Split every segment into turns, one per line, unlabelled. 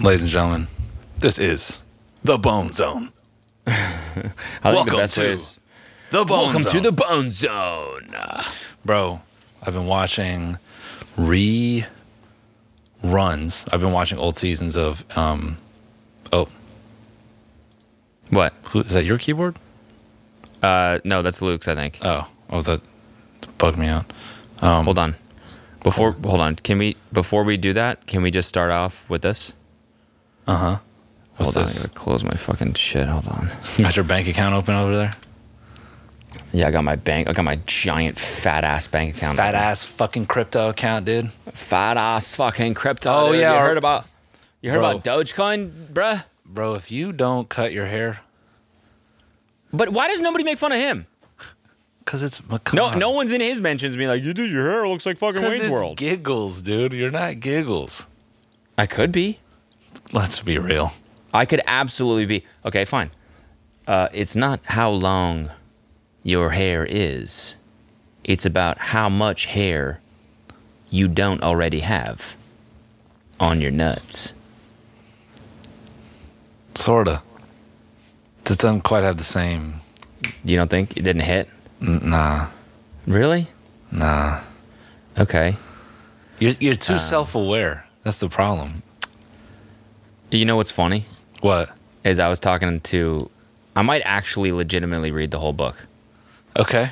Ladies and gentlemen, this is the Bone Zone.
I think
Welcome
the best way
to
is
The Bone Zone.
Bone Zone.
Bro, I've been watching reruns. I've been watching old seasons of um oh,
What?
who is that your keyboard?
Uh, no, that's Luke's. I think.
Oh, oh that bugged me out. Um,
hold on. Before, hold on. Can we? Before we do that, can we just start off with this?
What's
hold
this?
on. I gotta close my fucking shit. Hold on.
Got your bank account open over there?
Yeah, I got my bank. I got my giant fat ass bank account.
Fat ass fucking crypto account, dude.
Fat ass fucking crypto.
Oh,
dude.
yeah,
You
our-
heard about? You heard
Bro.
about Dogecoin, bruh?
Bro, if you don't cut your hair,
But why does nobody make fun of him?
cause it's
No,
macabre.
no one's in his mentions being like, "You do your hair looks like fucking
Cause
Wayne's
it's
World."
giggles, dude. You're not giggles.
I could be.
Let's be real.
I could absolutely be. Okay, fine. Uh, it's not how long your hair is, it's about how much hair you don't already have on your nuts.
Sorta. It doesn't quite have the same.
You don't think it didn't hit?
n- Nah,
Really?
nah.
Okay.
You're you're too self-aware. That's the problem.
You know what's funny?
What?
Is I was talking to, I might actually legitimately read the whole book.
Okay.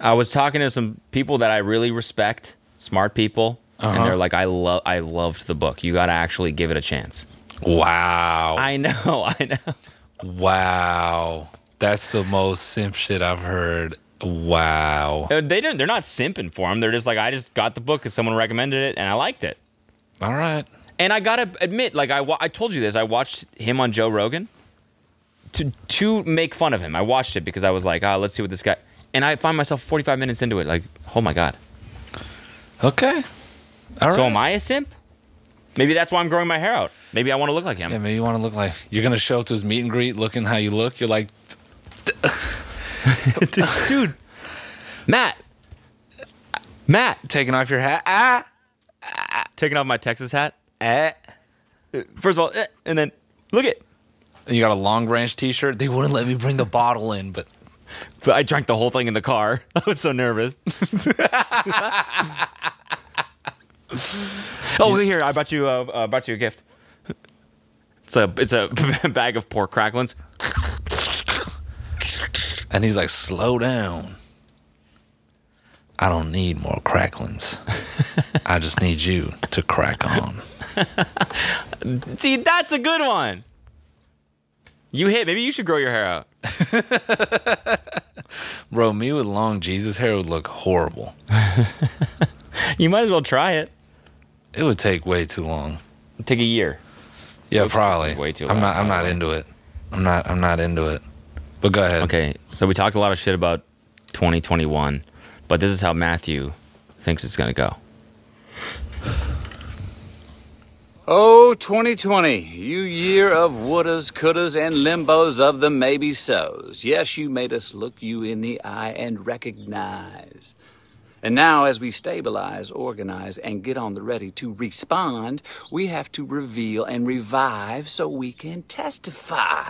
I was talking to some people that I really respect, smart people,
Uh-huh.
and they're like, I love, I loved the book. You got to actually give it a chance.
Wow.
I know, I know.
wow. That's the most simp shit I've heard. Wow.
Uh, They don't. They're not simping for him. They're just like, I just got the book because someone recommended it and I liked it.
All right.
And I gotta admit, like I, wa- I told you this. I watched him on Joe Rogan to to make fun of him. I watched it because I was like, ah, let's see what this guy. And I find myself 45 minutes into it, like, oh my god.
Okay. All right.
So am I a simp? Maybe that's why I'm growing my hair out. Maybe I want to look like him.
Yeah, maybe you want to look like you're gonna show up to his meet and greet looking how you look. You're like,
dude. Matt. Matt,
taking off your hat. Ah,
taking off my Texas hat.
eh.
First of all, eh, and then look at.
And you got a long branch T-shirt. They wouldn't let me bring the bottle in, but
But I drank the whole thing in the car. I was so nervous. oh, here I bought you. Uh, uh, brought you a gift. It's a it's a bag of pork cracklings.
and he's like, slow down. I don't need more cracklings. I just need you to crack on.
See, that's a good one. You hit. Maybe you should grow your hair out.
Bro, me with long Jesus hair would look horrible.
You might as well try it.
It would take way too long.
Take a year.
Yeah,
Oops, this is
probably.
way too
I'm
loud,
not. I'm
by
not
the way.
into it. I'm not. I'm not into it. But go ahead.
Okay, so we talked a lot of shit about 2021, but this is how Matthew thinks it's gonna go.
Oh, 2020, you year of wouldas, couldas, and limbos of the maybe so's. Yes, you made us look you in the eye and recognize. And now, as we stabilize, organize, and get on the ready to respond, we have to reveal and revive so we can testify.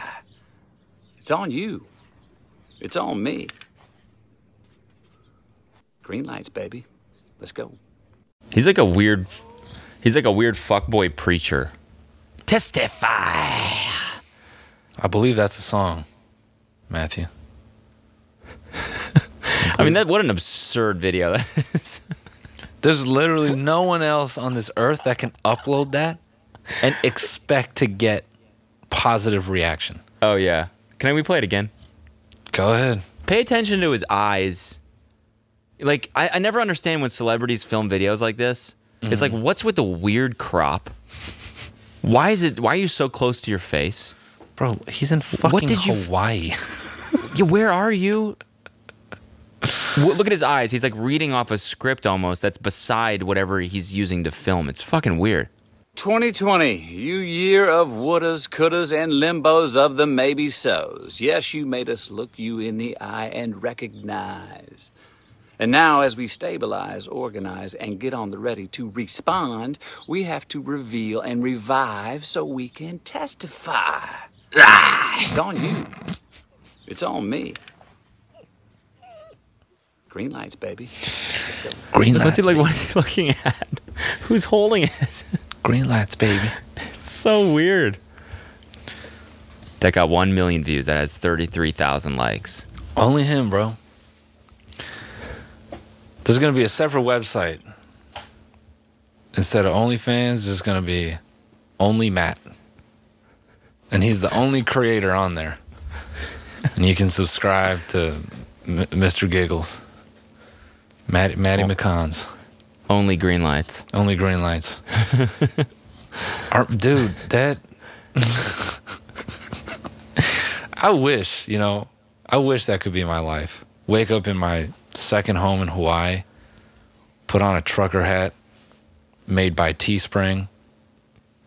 It's on you. It's on me. Green lights, baby. Let's go.
He's like a weird, he's like a weird fuckboy preacher. Testify.
I believe that's a song, Matthew.
I mean, that what an absurd video that is.
There's literally no one else on this earth that can upload that and expect to get positive reaction.
Oh yeah. Can we play it again?
Go ahead.
Pay attention to his eyes. Like I, I never understand when celebrities film videos like this. It's like, what's with the weird crop? Why is it? Why are you so close to your face?
Bro, he's in fucking
did you f-
Hawaii.
Yeah, where are you? W- Look at his eyes. He's like reading off a script almost that's beside whatever he's using to film. It's fucking weird.
2020, you year of wouldas, couldas, and limbos of the maybe so's. Yes, you made us look you in the eye and recognize. And now, as we stabilize, organize, and get on the ready to respond, we have to reveal and revive so we can testify. Ah, It's on you. It's on me. Green lights, baby.
Green lights.
What's he like?
baby.
What is he looking at? Who's holding it?
Green lights, baby.
It's so weird. That got one million views. That has thirty-three thousand likes.
Only him, bro. There's gonna be a separate website instead of OnlyFans. Just gonna be only Matt, and he's the only creator on there. And you can subscribe to M- Mr. Giggles, Matt, Matty McCons,
Only green lights.
only green lights. Our- dude, that I wish, you know, I wish that could be my life. Wake up in my second home in Hawaii, put on a trucker hat made by Teespring,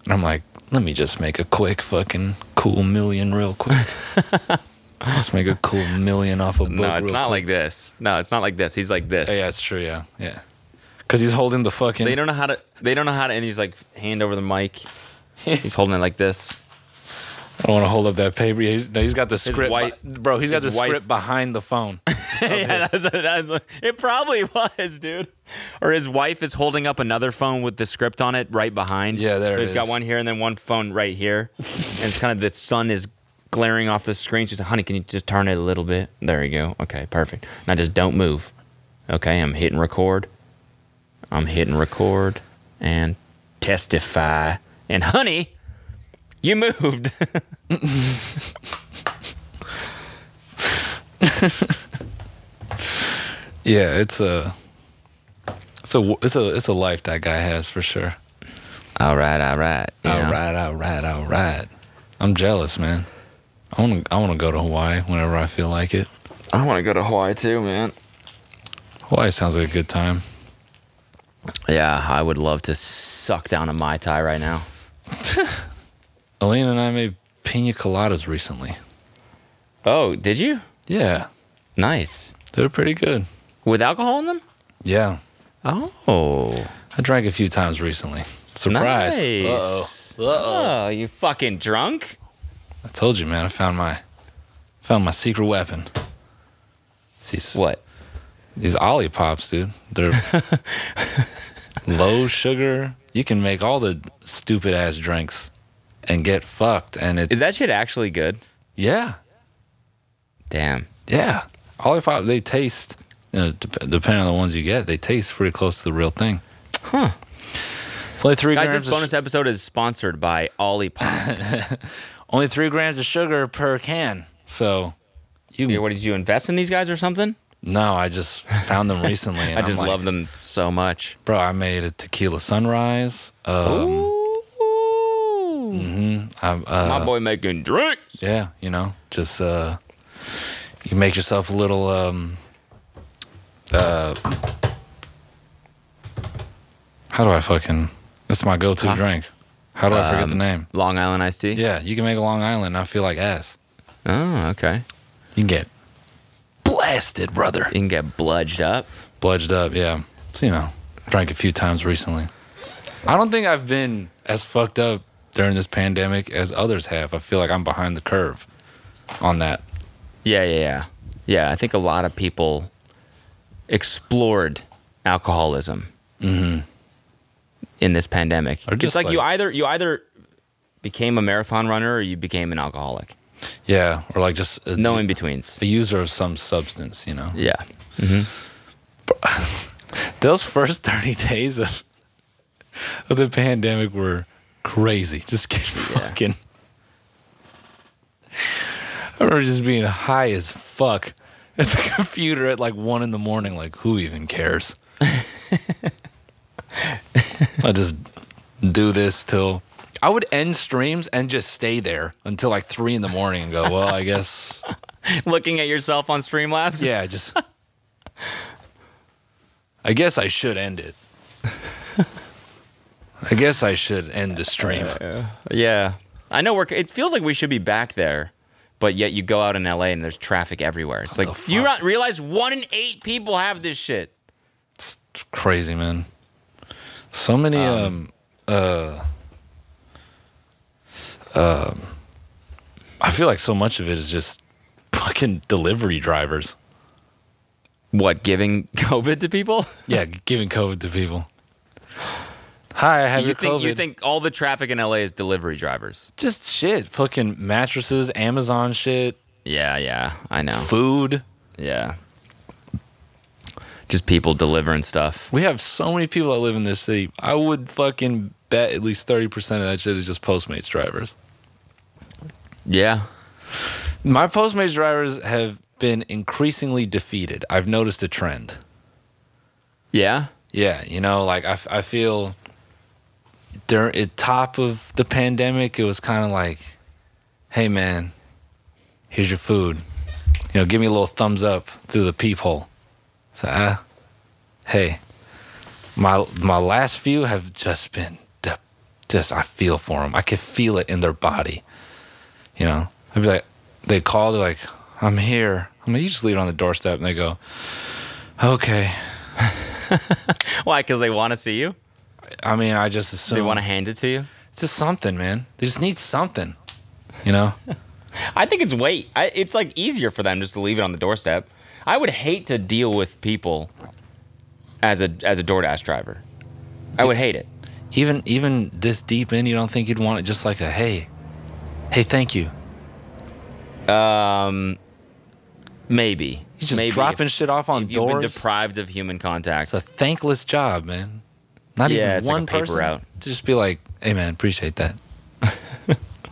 and I'm like, let me just make a quick fucking cool million real quick. Let's make a cool million off a book.
No, it's
real
not
quick.
like this. No, it's not like this. He's like this.
Oh, yeah, it's true. Yeah, yeah. Because he's holding the fucking.
They don't know how to. They don't know how to. And he's like hand over the mic. He's holding it like this.
I don't want to hold up that paper. Yeah, He's, no, he's got the script,
white-
be- bro. He's got the
his wife-
script behind the phone.
yeah, that's, that's, it probably was, dude. Or his wife is holding up another phone with the script on it right behind.
Yeah, there
So
it
he's got
is.
one here and then one phone right here, and it's kind of the sun is glaring off the screen. She's like, "Honey, can you just turn it a little bit?" There you go. Okay, perfect. Now just don't move. Okay, I'm hitting record. I'm hitting record and testify. And honey, you moved.
Yeah, it's a, it's a, it's a, it's a life that guy has for sure.
all right, all right, you know.
All right, all right, all right. I'm jealous, man. I want to, I want to go to Hawaii whenever I feel like it.
I want to go to Hawaii too, man.
Hawaii sounds like a good time.
Yeah, I would love to suck down a Mai Tai right now.
Elena and I made pina coladas recently.
Oh, did you?
Yeah,
Nice.
they're pretty good.
With alcohol in them?
Yeah,
Oh.
I drank a few times recently. Surprise! Uh-oh.
Nice. Oh, you fucking drunk?
I told you, man. I found my, found my secret weapon. It's these-
What?
These Ollie Pops, dude. They're low sugar. You can make all the stupid ass drinks and get fucked. And it,
Is that shit actually good?
yeah,
Damn.
yeah. Ollie Pop, they taste, you know, dep- depending on the ones you get, they taste pretty close to the real thing.
Huh.
It's only three
Guys,
grams.
this bonus
of,
episode is sponsored by Ollie Pop.
su- only three grams of sugar per can. So you,
what did you invest in these guys or something?
no, I just found them recently. And
I just
am
love them so much.
bro. I made a tequila sunrise. Um,
Ooh.
I'm, uh,
My boy making drinks.
Yeah, you know, just uh, you make yourself a little um, uh, how do I fucking? That's my go-to drink. How do I forget the name?
Long Island iced tea?
Yeah, you can make a Long Island. and I feel like ass.
Oh, okay.
You can get blasted, brother.
You can get bludged up.
Bludged up. Yeah, so, you know, drank a few times recently. I don't think I've been as fucked up during this pandemic as others have. I feel like I'm behind the curve on that.
Yeah, yeah, yeah. Yeah, I think a lot of people explored alcoholism in this pandemic.
Or
it's
just
like, you
like-
either you either became a marathon runner or you became an alcoholic.
Yeah, or like just a-
No in betweens.
a user of some substance, you know.
Yeah.
Those first 30 days of, of the pandemic were crazy. Just get fucking. I remember just being high as fuck at the computer at like one in the morning, like, who even cares? I just do this till. I would end streams and just stay there until like three in the morning and go, well, I guess.
Looking at yourself on Streamlabs?
Yeah, just. I guess I should end it. I guess I should end the stream.
Yeah. I know we're it feels like we should be back there, But yet you go out in LA and there's traffic everywhere. It's like
the
you
fuck?
not realize one in eight people have this shit.
It's crazy, man. So many um, uh um I feel like so much of it is just fucking delivery drivers.
What giving COVID to people?
Yeah, giving COVID to people. Hi, I have
you
your
think
COVID.
you think all the traffic in LA is delivery drivers?
just shit, fucking mattresses, Amazon shit,
Yeah, yeah, I know.
food.
Yeah, just people delivering stuff.
We have so many people that live in this city. I would fucking bet at least thirty percent of that shit is just Postmates drivers.
Yeah,
My Postmates drivers have been increasingly defeated. I've noticed a trend.
yeah.
Yeah, you know, like I, f- I feel during at top of the pandemic, it was kind of like, hey man, here's your food. You know, give me a little thumbs up through the peephole. So, ah, hey, my my last few have just been de- just I feel for them. I can feel it in their body. You know, I'd be like, they call, they're like, I'm here. I'm like, you just leave it on the doorstep, and they go, okay.
Why? Because they want to see you.
I mean, I just assume
They want to hand it to you.
It's just something, man. They just need something, you know.
I think it's weight. I, it's like easier for them just to leave it on the doorstep. I would hate to deal with people as a as a DoorDash driver. I would hate it.
even even this deep in, you don't think you'd want it. Just like a hey, hey, thank you.
Maybe.
You just
Maybe
dropping
if
shit off on
You've been
doors.
deprived of human
it's
contact.
a thankless job, man. Not
Yeah,
even
it's like a
one
paper
person
route.
to just be like, hey, man, appreciate that.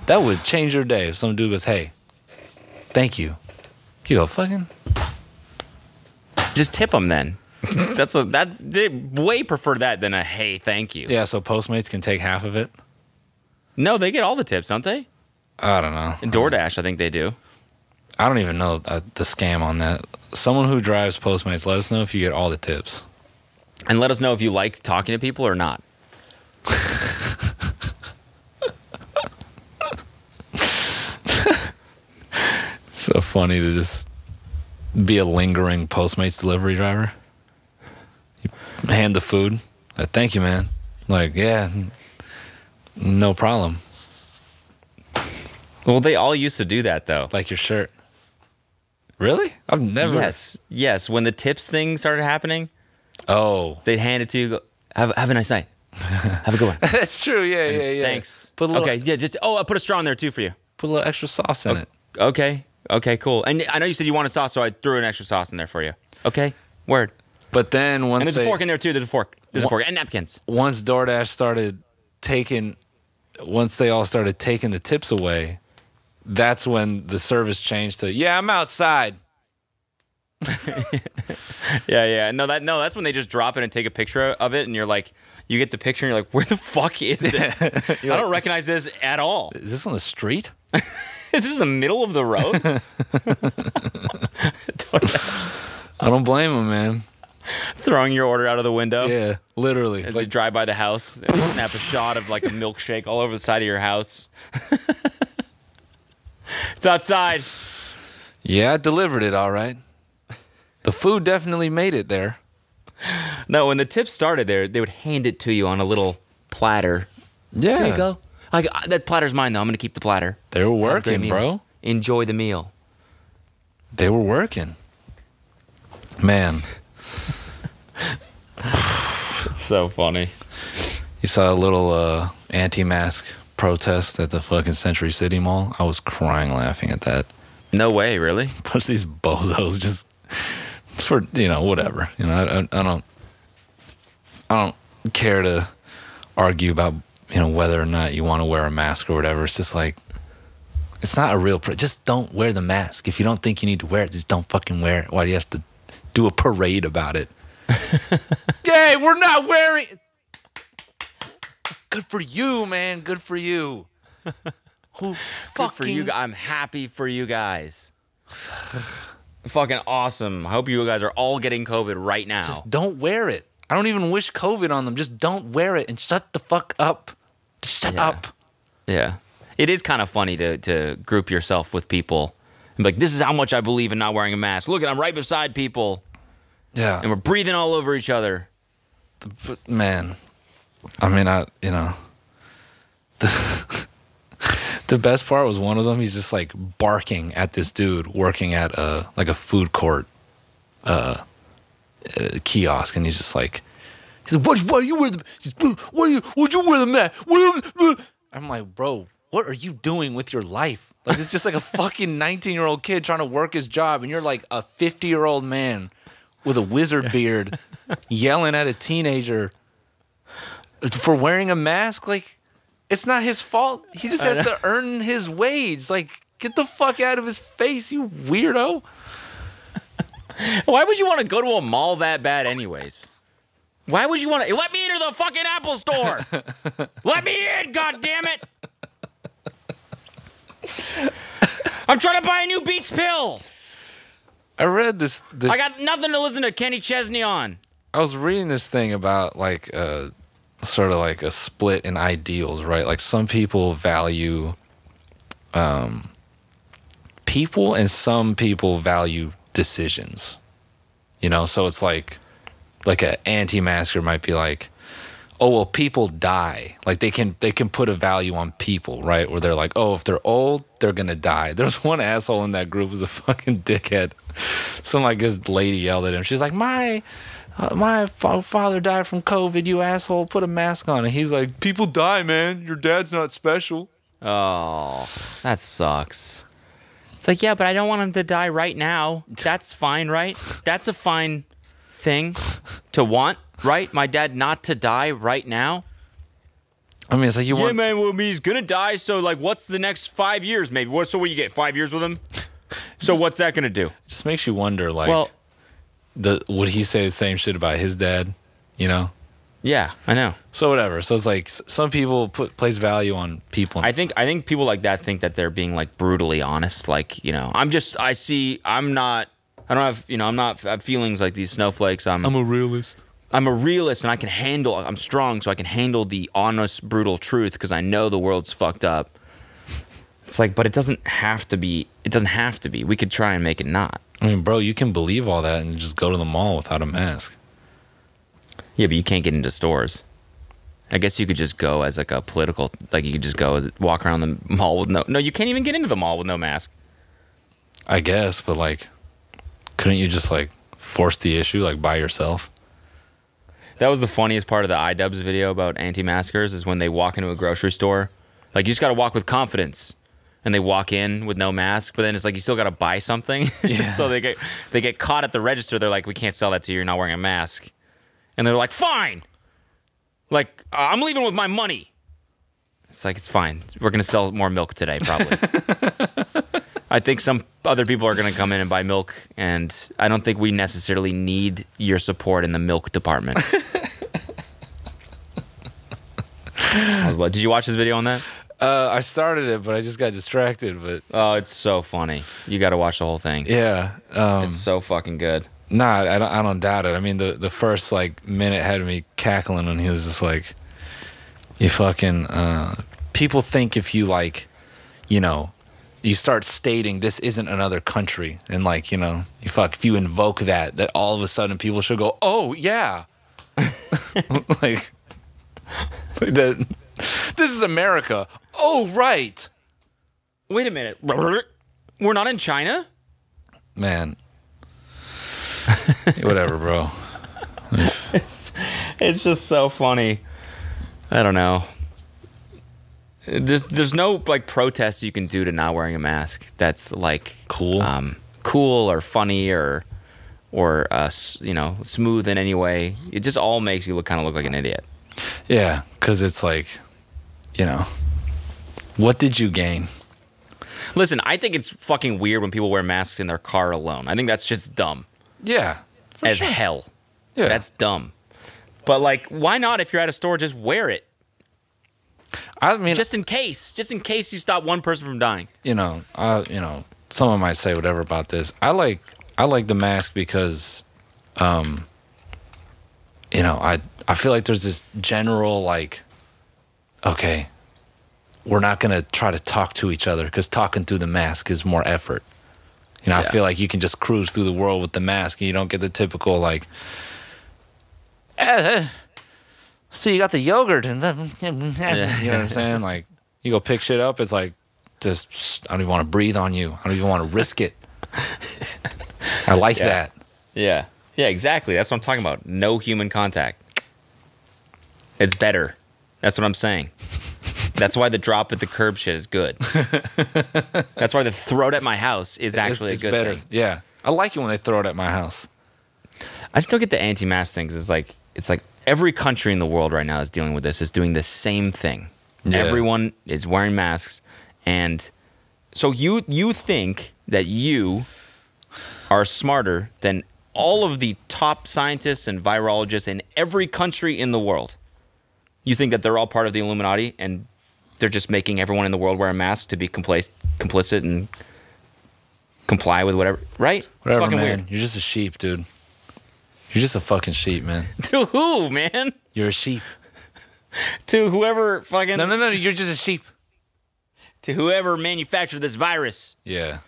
that would change your day if some dude goes, hey, thank you. You go fucking.
Just tip them then. That's a that they way prefer that than a hey thank you.
Yeah, so Postmates can take half of it.
No, they get all the tips, don't they?
I don't know.
In DoorDash, I think they do.
I don't even know uh, the scam on that. Someone who drives Postmates, let us know if you get all the tips.
And let us know if you like talking to people or not.
So funny to just be a lingering Postmates delivery driver. You hand the food. Like, Thank you, man. Like, yeah, n- no problem.
Well, they all used to do that though.
Like your shirt. Really? I've never.
Yes, yes. When the tips thing started happening,
Oh,
they'd hand it to you. Go, have, have a nice night. Have a good one.
that's true. Yeah, yeah, yeah.
Thanks.
Put a little, Oh.
okay, yeah, just oh, I put a straw in there too for you.
Put a little extra sauce in it.
Okay, okay, cool. And I know you said you wanted sauce, so I threw an extra sauce in there for you. Okay, word.
But then once
And there's
they,
a fork in there too. There's a fork. There's a fork and napkins.
once DoorDash started taking, once they all started taking the tips away, that's when the service changed to, yeah, I'm outside.
Yeah, yeah. No, that no, that's when they just drop it and take a picture of it, and you're like, you get the picture, and you're like, where the fuck is this? I don't recognize this at all.
Is this on the street?
Is this the middle of the road?
I don't blame him, man.
Throwing your order out of the window.
Yeah, literally.
As
Like,
you drive by the house, and snap a shot of like a milkshake all over the side of your house. it's outside.
yeah, I delivered it all right. The food definitely made it there.
No, when the tips started there, they would hand it to you on a little platter.
Yeah.
There you go. Like "Uh, that platter's mine though. I'm gonna keep the platter.
They were
Have a great
working,
meal.
bro.
Enjoy the meal.
They were working. Man,
It's so funny.
you saw a little uh, anti mask protest at the fucking Century City Mall. I was crying laughing at that.
No way, really.
bunch of these bozos just for you know whatever you know I, I, I don't I don't care to argue about you know whether or not you want to wear a mask or whatever it's just like it's not a real pr- just don't wear the mask if you don't think you need to wear it just don't fucking wear it why do you have to do a parade about it yay we're not wearing good for you man good for you who
Good for
fucking
you. gu- I'm happy for you guys. Fucking awesome. I hope you guys are all getting COVID right now.
Just don't wear it. I don't even wish COVID on them. Just don't wear it and shut the fuck up. Just shut
Yeah.
up.
Yeah. It is kind of funny to, to group yourself with people I'm like, this is how much I believe in not wearing a mask. Look, I'm right beside people,
Yeah.
and we're breathing all over each other.
but man, I mean, I you know, the the best part was one of them. He's just like barking at this dude working at a like a food court, uh, uh kiosk, and he's just like, he's like, what? What you wear the? he's, What are you? Would you wear the mask? What are you-" I'm like, bro, what are you doing with your life? Like it's just like a fucking 19 year old kid trying to work his job, and you're like a 50 year old man with a wizard beard yelling at a teenager for wearing a mask like it's not his fault he just has to earn his wage like get the fuck out of his face you weirdo
Why would you want to go to a mall that bad, anyways? Why would you want to? Let me into the fucking Apple store. Let me in, God damn it! I'm trying to buy a new Beats pill.
i read this this
I got nothing to listen to Kenny Chesney on.
I was reading this thing about like uh sort of like a split in ideals, right? Like some people value um people and some people value decisions. You know, so it's like like a anti-masker might be like Oh well, people die. Like they can they can put a value on people, right? Where they're like, oh, if they're old, they're gonna die. There's one asshole in that group who's a fucking dickhead. Some like this lady yelled at him. She's like, my uh, my fa- father died from COVID, you asshole. Put a mask on. And he's like, people die, man. Your dad's not special.
Oh, that sucks. It's like, yeah, but I don't want him to die right now. That's fine, right? That's a fine thing to want, right? My dad not to die right now.
I mean, it's like you
Yeah,
want.
man. Well, I mean, he's gonna die. So, like, what's the next five years? Maybe. What? So, what you get? Five years with him. So, what's that gonna do?
just makes you wonder, like,
Well,
the, would he say the same shit about his dad? You know.
yeah, I know.
So whatever. So it's like s- some people put place value on people.
I think I think people like that think that they're being like brutally honest. Like, you know, I'm just. I see. I'm not. I don't have. You know, I'm not. I have feelings like these snowflakes. I'm.
a realist.
I'm a realist and I can handle I'm strong so I can handle the honest brutal truth because I know the world's fucked up. It's like but it doesn't have to be it doesn't have to be. We could try and make it not.
I mean, bro, you can believe all that and just go to the mall without a mask.
Yeah, but you can't get into stores. I guess you could just go as like a political like you could just go as walk around the mall with no No, you can't even get into the mall with no mask.
I guess, but like, couldn't you just like force the issue like by yourself?
That was the funniest part of the iDubbbz video about anti-maskers is when they walk into a grocery store. Like you just got to walk with confidence. And they walk in with no mask, but then it's like you still got to buy something. so they get they get caught at the register. They're like, "We can't sell that to you. You're not wearing a mask." And they're like, "Fine." Like, uh, "I'm leaving with my money." It's like, "It's fine. We're going to sell more milk today probably." I think some other people are going to come in and buy milk, and I don't think we necessarily need your support in the milk department. I was like, did you watch this video on that?
Uh, I started it, but I just got distracted. But
Oh, it's so funny. You got to watch the whole thing.
yeah, um,
It's so fucking good.
Nah, I don't, I don't doubt it. I mean, the, the first like minute had me cackling, and he was just like, "You fucking uh, people think if you like, you know, you start stating this isn't another country, and like you know, you fuck if you invoke that, that all of a sudden people should go, oh yeah, like, like that. This is America. Oh right,
Wait a minute. We're not in China?
man. Whatever, bro.
It's just so funny. I don't know. There's there's no like protest you can do to not wearing a mask. That's like
Cool.
um, cool or funny or or uh, s- you know smooth in any way. It just all makes you look kind of look like an idiot.
Yeah, because it's like, you know, what did you gain?
Listen, I think it's fucking weird when people wear masks in their car alone. I think that's just dumb
Yeah, for
as
sure.
hell.
Yeah,
That's dumb. But like, why not? If you're at a store, just wear it,
I mean,
just in case, just in case you stop one person from dying.
you know, I, you know, someone might say whatever about this. I like, I like the mask because, um, you know, I, I feel like there's this general like, okay, we're not gonna try to talk to each other because talking through the mask is more effort. You know,
Yeah.
I feel like you can just cruise through the world with the mask and you don't get the typical like "Eh, eh, so you got the yogurt and you know what I'm saying? Like you go pick shit up, it's like just I don't even want to breathe on you. I don't even want to risk it. I like that.
Yeah. Yeah, exactly. That's what I'm talking about. No human contact. It's better. That's what I'm saying. That's why the drop at the curb shit is good. That's why the throw it at my house is
It's-
actually
it's
a good
better.
thing.
Yeah. I like it when they throw it at my house.
I just don't get the anti-mask things. It's like it's like every country in the world right now is dealing with this. Is doing the same thing.
Yeah.
Everyone is wearing masks, and so you you think that you are smarter than all of the top scientists and virologists in every country in the world. You think that they're all part of the Illuminati and they're just making everyone in the world wear a mask to be compla- complicit and comply with whatever, right? It's
Whatever,
fucking
man.
weird.
You're just a sheep, dude. You're just a fucking sheep, man.
To who, man?
You're a sheep.
to whoever fucking
No, no, no. You're just a sheep.
to whoever manufactured this virus.
Yeah.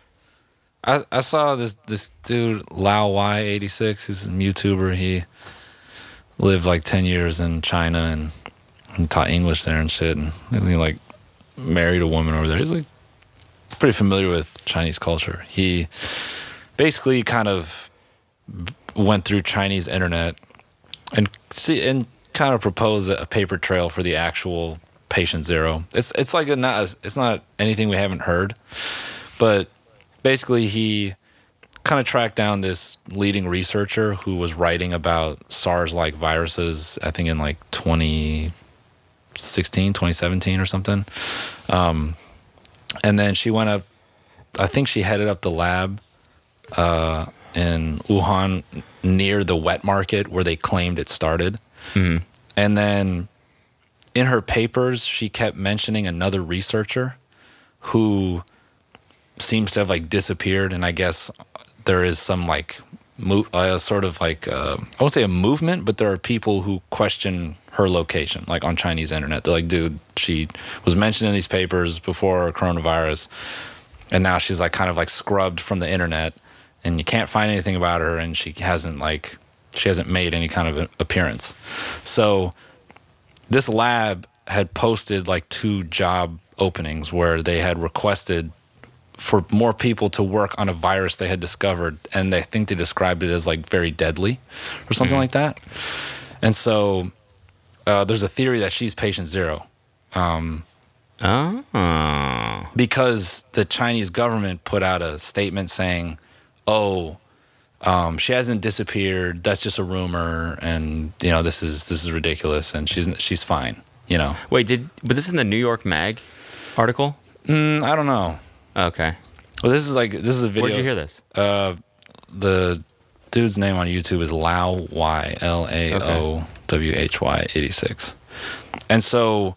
I I saw this this dude Lao Y eighty six. He's a YouTuber. He lived like ten years in China and, and taught English there and shit. And, and he like married a woman over there. He's like pretty familiar with Chinese culture. He basically kind of went through Chinese internet and see and kind of propose a paper trail for the actual patient zero. It's it's like a not it's not anything we haven't heard, but basically he kind of tracked down this leading researcher who was writing about SARS-like viruses. I think in like 2016, 2017 or something. Um, and then she went up. I think she headed up the lab uh, in Wuhan near the wet market where they claimed it started. And then in her papers, she kept mentioning another researcher who seems to have like disappeared. And I guess there is some like move, uh, sort of like, uh, I won't say a movement, but there are people who question her location, like on Chinese internet. They're like, dude, she was mentioned in these papers before coronavirus and now she's like kind of like scrubbed from the internet and you can't find anything about her and she hasn't like she hasn't made any kind of a- appearance so this lab had posted like two job openings where they had requested for more people to work on a virus they had discovered and they think they described it as like very deadly or something like
Mm-hmm.
that and so uh, there's a theory that she's patient zero
Oh,
because the Chinese government put out a statement saying, "Oh, um, she hasn't disappeared. That's just a rumor, and you know this is this is ridiculous, and she's she's fine." You know,
wait, did was this in the New York Mag article?
Mm, I don't know.
Okay,
Well, this is like this is a video.
where'd you hear this?
The dude's name on YouTube is Lao Y L A O W H Y eighty six, and so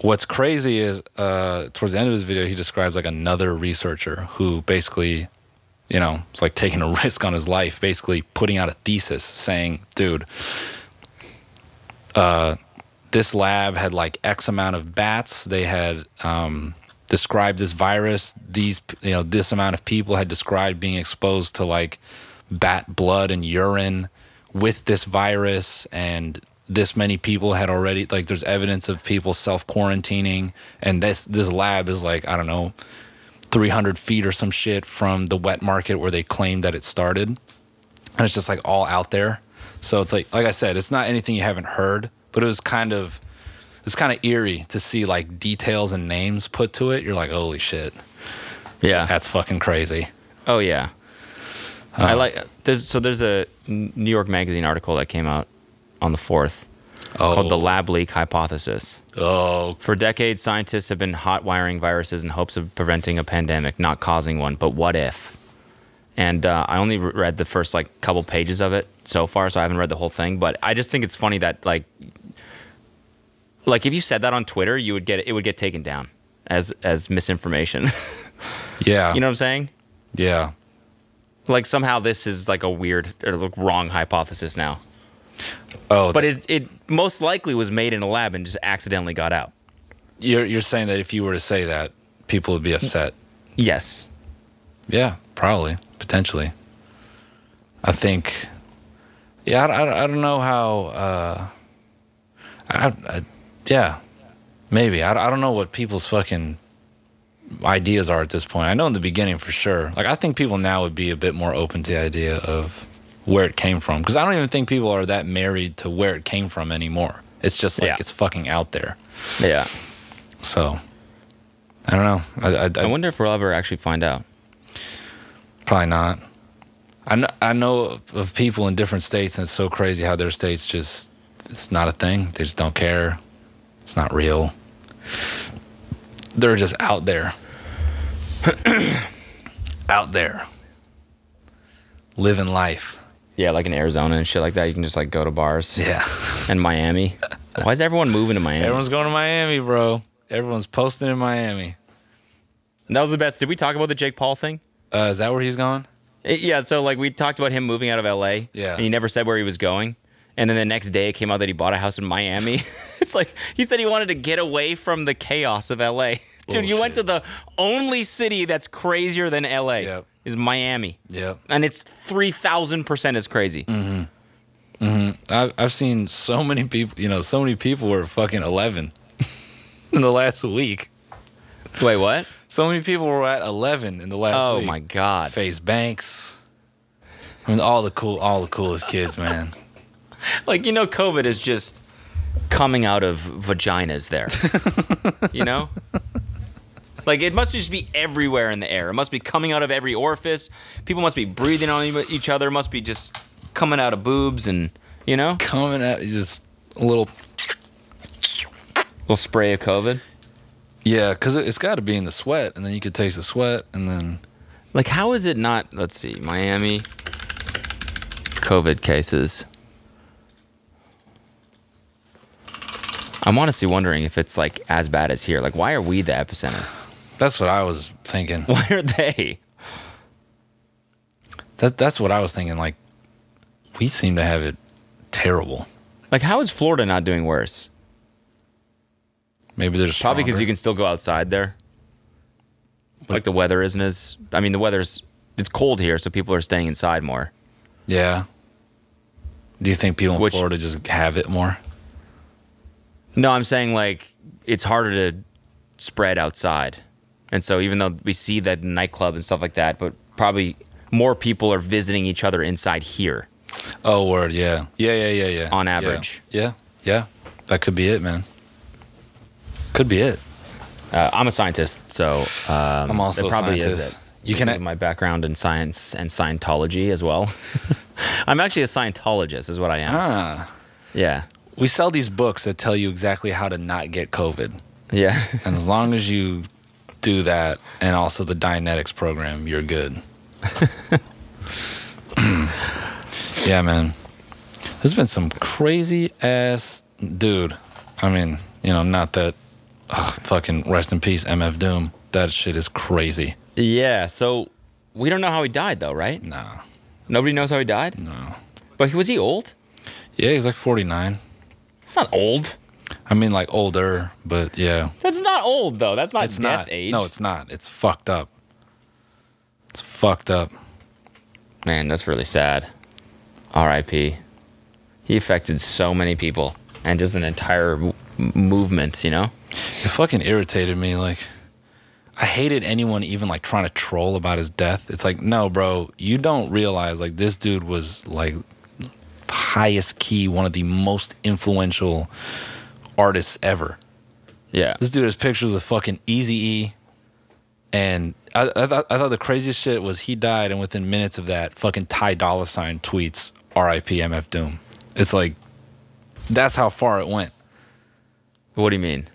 what's crazy is uh, towards the end of his video he describes like another researcher who basically you know it's like taking a risk on his life basically putting out a thesis saying dude uh, this lab had like x amount of bats they had um, described this virus these you know this amount of people had described being exposed to like bat blood and urine with this virus and this many people had already like there's evidence of people self quarantining and this this lab is like i don't know 300 feet or some shit from the wet market where they claimed that it started and it's just like all out there so it's like like i said it's not anything you haven't heard but it was kind of it's kind of eerie to see like details and names put to it you're like holy shit
Yeah.
that's fucking crazy
Oh yeah. I like there's so there's a N- New York Magazine article that came out on the fourth
oh
called the lab leak hypothesis.
oh
For decades, scientists have been hot wiring viruses in hopes of preventing a pandemic, not causing one. But what if? And uh, I only re- read the first like couple pages of it so far, so I haven't read the whole thing. But I just think it's funny that like, like if you said that on Twitter, you would get it would get taken down as as misinformation.
yeah
you know what I'm saying?
yeah
Like somehow this is like a weird or like, wrong hypothesis now.
oh
But it it most likely was made in a lab and just accidentally got out.
you're you're saying that if you were to say that people would be upset
Yes.
yeah Probably, potentially. I think. Yeah, I, I, I don't know how. Uh, I, I, yeah, maybe. I, I don't know what people's fucking ideas are at this point. I know in the beginning for sure. Like I think people now would be a bit more open to the idea of where it came from because I don't even think people are that married to where it came from anymore. It's just like
Yeah.
it's fucking out there.
Yeah.
So I don't know. I, I,
I
I
wonder if we'll ever actually find out.
probably not. I know, I know of people in different states, and it's so crazy how their states just it's not a thing. They just don't care. It's not real. They're just out there, out there, living life.
Yeah, like in Arizona and shit like that, you can just like go to bars
Yeah.
and Miami. Why is everyone moving to Miami?
Everyone's going to Miami, bro. Everyone's posting in Miami.
that was the best. Did we talk about the Jake Paul thing?
Uh, is that where he's going?
It- yeah, so like we talked about him moving out of LA.
Yeah.
And he never said where he was going. And then the next day it came out that he bought a house in Miami. it's like he said he wanted to get away from the chaos of LA. Dude, you went to
Bullshit.
the only city that's crazier than LA
Yep.
is Miami.
Yep.
And it's 3000% as crazy.
Mm. I've, I've seen so many people, you know, so many people were fucking 11 in the last week.
Wait, what?
So many people were at 11 in the last
Oh
week.
my god.
Face Banks. I mean, all the cool, all the coolest kids, man.
Like you know COVID is just coming out of vaginas there. you know? Like it must just be everywhere in the air. It must be coming out of every orifice. People must be breathing on e- each other. It must be just coming out of boobs and you know,
Coming at you just a little,
little spray of COVID.
yeah, because it, it's got to be in the sweat, and then you could taste the sweat, and then
Like how is it not? Let's see, Miami COVID cases. I'm honestly wondering if it's like as bad as here. Like why are we the epicenter?
that's what I was thinking.
Why are they?
That's that's what I was thinking. Like, we seem to have it terrible.
Like, how is Florida not doing worse?
Maybe there's
Probably because you can still go outside there. Like the weather isn't as. I mean, the weather's it's cold here, so people are staying inside more.
Yeah. Do you think people in
Which-
Florida just have it more?
No, I'm saying like it's harder to spread outside, and so even though we see that in nightclub and stuff like that, but probably more people are visiting each other inside here.
Oh, word, yeah, yeah, yeah, yeah, yeah.
On
Yeah.
average.
yeah, yeah, that could be it, man. Could be it.
Uh, I'm a scientist, so um,
I'm also
that
a
probably is
scientist.
it.
You
Because
can-
of my background in science and Scientology as well. I'm actually a Scientologist, is what I am.
Ah,
Yeah.
we sell these books that tell you exactly how to not get COVID,
Yeah.
and as long as you do that, and also the Dianetics program, you're good. yeah, man. There's been some crazy ass dude. I mean, you know, not that. Ugh, fucking rest in peace, MF Doom. That shit is crazy.
Yeah. So we don't know how he died, though, right?
Nah,
Nobody knows how he died.
no.
But he- was he old?
Yeah, he's like 49.
It's not old.
I mean, like older, but yeah,
That's not old, though. That's not
it's
death
not.
age.
No, it's not. It's fucked up. It's fucked up.
man, that's really sad. R.I.P. He affected so many people and just an entire m- movement. You know?
It fucking irritated me. Like, I hated anyone even like trying to troll about his death. It's like, no, bro, you don't realize like this dude was like highest key, one of the most influential artists ever.
Yeah.
This dude has pictures of fucking Easy E, and I, I, thought, I thought the craziest shit was he died, and within minutes of that, fucking Ty Dolla Sign tweets "R.I.P. MF Doom." It's like that's how far it went.
What do you mean?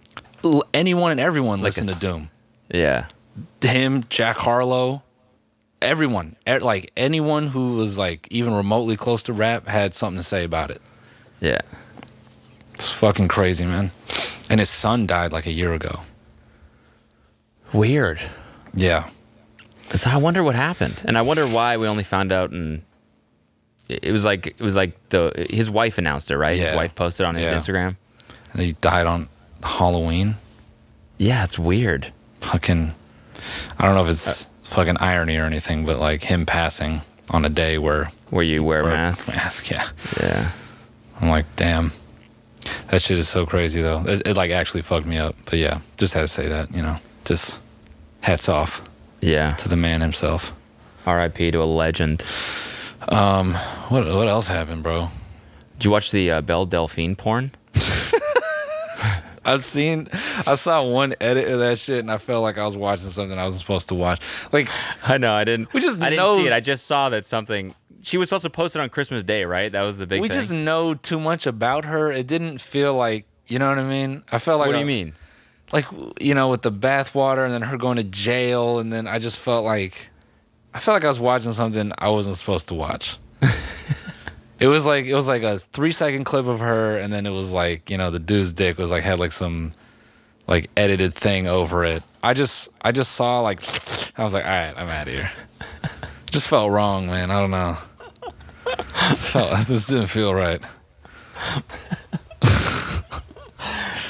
L- Anyone and everyone listened to
it's-
Doom.
Yeah.
Him, Jack Harlow, everyone, E- like anyone who was like even remotely close to rap had something to say about it.
Yeah.
It's fucking crazy, man. And his son died like a year ago.
Weird.
Yeah,
So I wonder what happened, and I wonder why we only found out. And it was like it was like the his wife announced it, right? His
Yeah.
wife posted on his
Yeah.
Instagram.
he died on Halloween.
Yeah, it's weird. Uh,
fucking I don't know if it's fucking irony or anything, but like him passing on a day where
where you wear a mask.
mask, yeah.
Yeah.
I'm like, damn, that shit is so crazy though. It, it like actually fucked me up. But yeah, just had to say that, you know, just hats off
Yeah.
to the man himself.
R.I.P. to a legend.
What what else happened, bro?
Did you watch the uh, Belle Delphine porn?
I've seen, I saw one edit of that shit, and I felt like I was watching something I wasn't supposed to watch. Like,
I know. I didn't.
We just
I didn't
know-
see it. I just saw that something. She was supposed to post it on Christmas Day, right? That was the big
we
thing.
just know too much about her. It didn't feel like, you know what I mean? I felt like
what do
I-
you mean?
Like, you know, with the bathwater and then her going to jail, and then I just felt like, I felt like I was watching something I wasn't supposed to watch. it was like it was like a three second clip of her, and then it was like you know the dude's dick was like had like some like edited thing over it. I just I just saw like I was like, all right, I'm out of here. just felt wrong, man. I don't know. This, felt, this didn't feel right.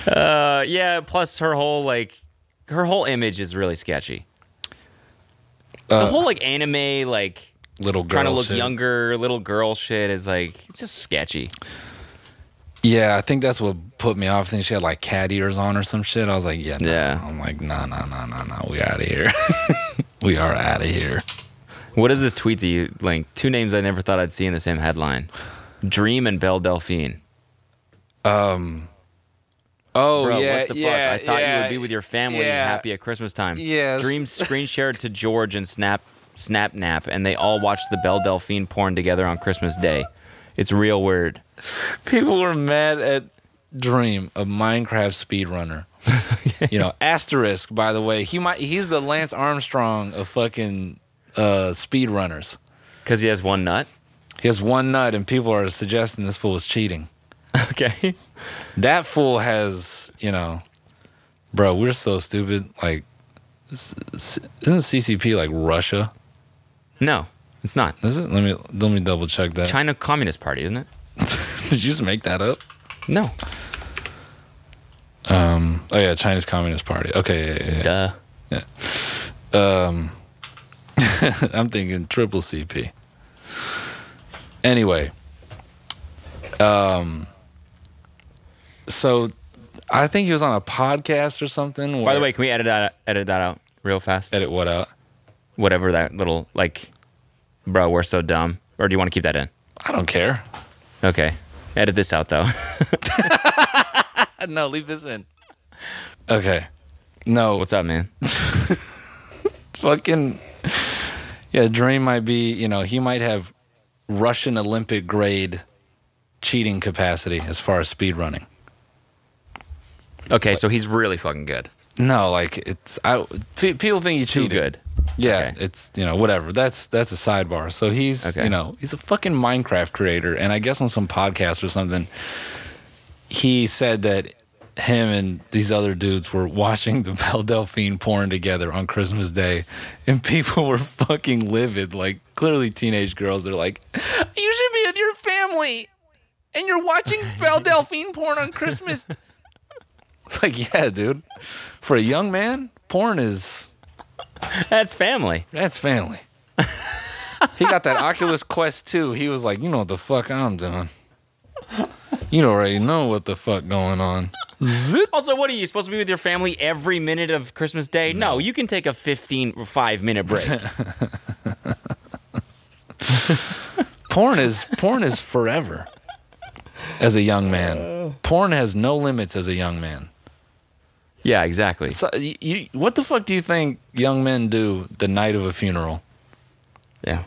Uh, yeah. Plus, her whole like, her whole image is really sketchy. the
Uh,
whole like anime like
Little girl
trying to look
shit.
younger, little girl shit is like it's just sketchy.
Yeah, I think that's what put me off. I think she had like cat ears on or some shit. I was like, yeah, nah.
Yeah.
I'm like, nah, nah, nah, nah, nah. We out of here. we are out of here.
What is this tweet that you like? Two names I never thought I'd see in the same headline: Dream and Belle Delphine.
Oh
Bro,
yeah,
what the
yeah,
fuck? I thought you
yeah,
would be with your family,
yeah.
happy at Christmas time.
Yes.
Dream screen shared to George and Snap, Snap Nap, and they all watched the Belle Delphine porn together on Christmas Day. It's real weird.
People were mad at Dream, a Minecraft speedrunner. you know, asterisk. By the way, he might he's the Lance Armstrong of fucking uh, speedrunners.
Because he has one nut.
He has one nut, and people are suggesting this fool is cheating.
Okay.
that fool has, you know, bro, we're so stupid. Like, s- s- isn't CCP like Russia?
No, it's not.
Is it? Let me let me double check that.
China Communist Party, isn't it?
Did you just make that up?
No.
Oh yeah, Chinese Communist Party. Okay, yeah, yeah,
Duh.
yeah. I'm thinking triple CP. Anyway, um, so I think he was on a podcast or something.
By the
where-
way, can we edit that edit that out real fast?
edit what out?
Whatever that little like, bro, we're so dumb. Or do you want to keep that in?
I don't care.
Okay. Edit this out though.
Uh, No, leave this in. Okay. No,
What's up, man?
fucking yeah dream might be you know he might have russian olympic grade cheating capacity as far as speed running
Okay, so he's really fucking good.
no like it's i pe- people think you
Too
cheated
good.
yeah
Okay.
it's you know whatever that's that's a sidebar so he's
Okay.
you know he's a fucking minecraft creator and i guess on some podcast or something he said that him and these other dudes were watching the Belle Delphine porn together on Christmas Day, and people were fucking livid. Like, clearly, teenage girls are like, You should be with your family, and you're watching Belle Delphine porn on Christmas. It's like, yeah, dude. For a young man, porn is
That's family.
that's family. he got that Oculus Quest 2. He was like, you know what the fuck I'm doing. You already know what the fuck going on.
Also, what are you supposed to be with your family every minute of Christmas Day? No, you can take a 15 or 5 minute break.
Porn is porn is forever. As a young man, porn has no limits. As a young man,
yeah, exactly.
so you, you, what the fuck do you think young men do the night of a funeral?
Yeah.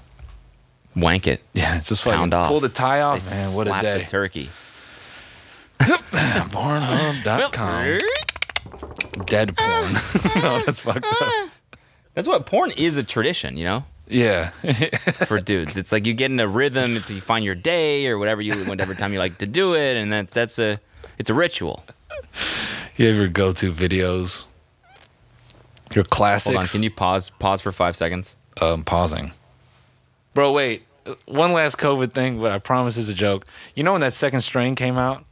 Wank it.
Yeah, it's just
Pound
fucking pull
off.
the tie off,
They
man. What a
slap
day.
the turkey. eh?
Pornhub.com. Dead porn. no, that's fucked up.
That's what porn is a tradition, you know,
Yeah,
for dudes. It's like you get in a rhythm. It's you find your day or whatever you whatever time you like to do it, and that that's a it's a ritual.
You have your go-to videos, your classics.
Hold on, can you pause pause for five seconds?
Um, pausing. Bro, wait. Uh, One last COVID thing, but I promise it's a joke. You know when that second strain came out?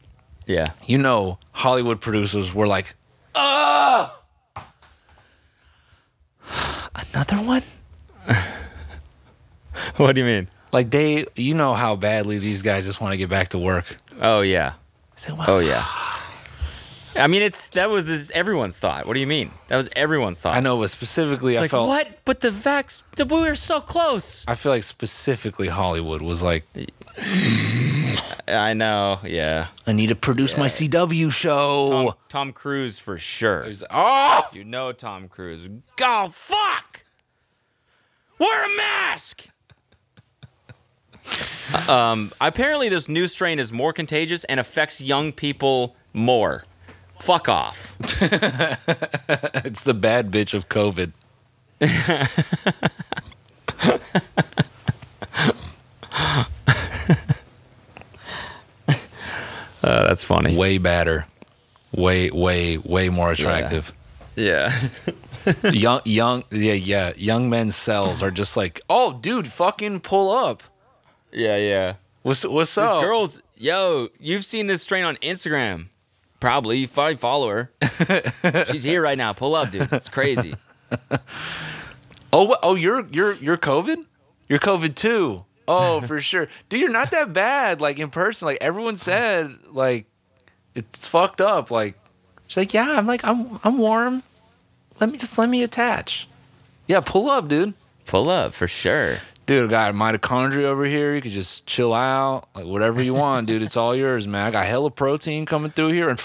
Yeah.
You know Hollywood producers were like, "Ah, another one."
What do you mean?
Like they, you know how badly these guys just want to get back to work.
Oh yeah.
It's like, well,
Oh yeah. I mean, it's that was this, everyone's thought. What do you mean? That was everyone's thought.
I know, but specifically,
It's
I
like
felt
what? But the vax. the- We were so close.
I feel like specifically Hollywood was like,
I know. Yeah.
I need to produce my CW show.
Tom, Tom Cruise for sure.
It was, oh,
You know Tom Cruise. God fuck! Wear a mask. um, apparently, this new strain is more contagious and affects young people more. Fuck off.
it's the bad bitch of COVID.
Uh, that's funny.
Way badder, way, way, way more attractive.
Yeah.
young, young, yeah, yeah. Young men's cells are just like, oh, dude, fucking pull up.
yeah. Yeah.
What's what's
These
up?
girls, yo, you've seen this strain on Instagram. Probably. You probably follow her. She's here right now. Pull up, dude. It's crazy.
Oh, wha- oh, you're you're you're COVID. You're COVID too. Oh, for sure, dude. You're not that bad. Like in person, like everyone said, like it's fucked up. Like she's like, yeah, I'm like I'm I'm warm. Let me just let me attach. Yeah, pull up, dude.
Pull up for sure.
Dude, I got mitochondria over here. You could just chill out, like whatever you want, dude. It's all yours, man. I got hella protein coming through here, and